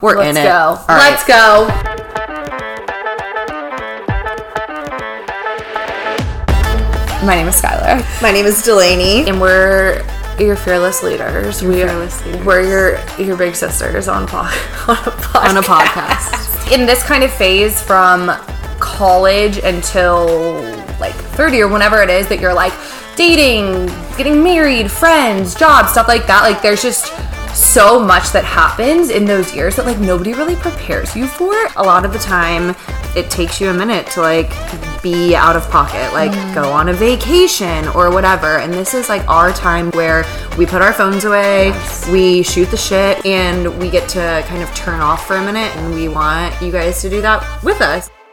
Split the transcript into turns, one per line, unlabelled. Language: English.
We're
Let's
in it.
go.
All right.
Let's go.
My name is Skylar.
My name is Delaney.
and we're your fearless leaders. we are,
fearless leaders.
We're your your big sisters on po- on a podcast.
On a podcast.
In this kind of phase from college until like 30 or whenever it is that you're like dating, getting married, friends, job, stuff like that. Like there's just so much that happens in those years that like nobody really prepares you for. A lot of the time it takes you a minute to like be out of pocket, like go on a vacation or whatever. And this is like our time where we put our phones away, we shoot the shit, and we get to kind of turn off for a minute. And we want you guys to do that with us.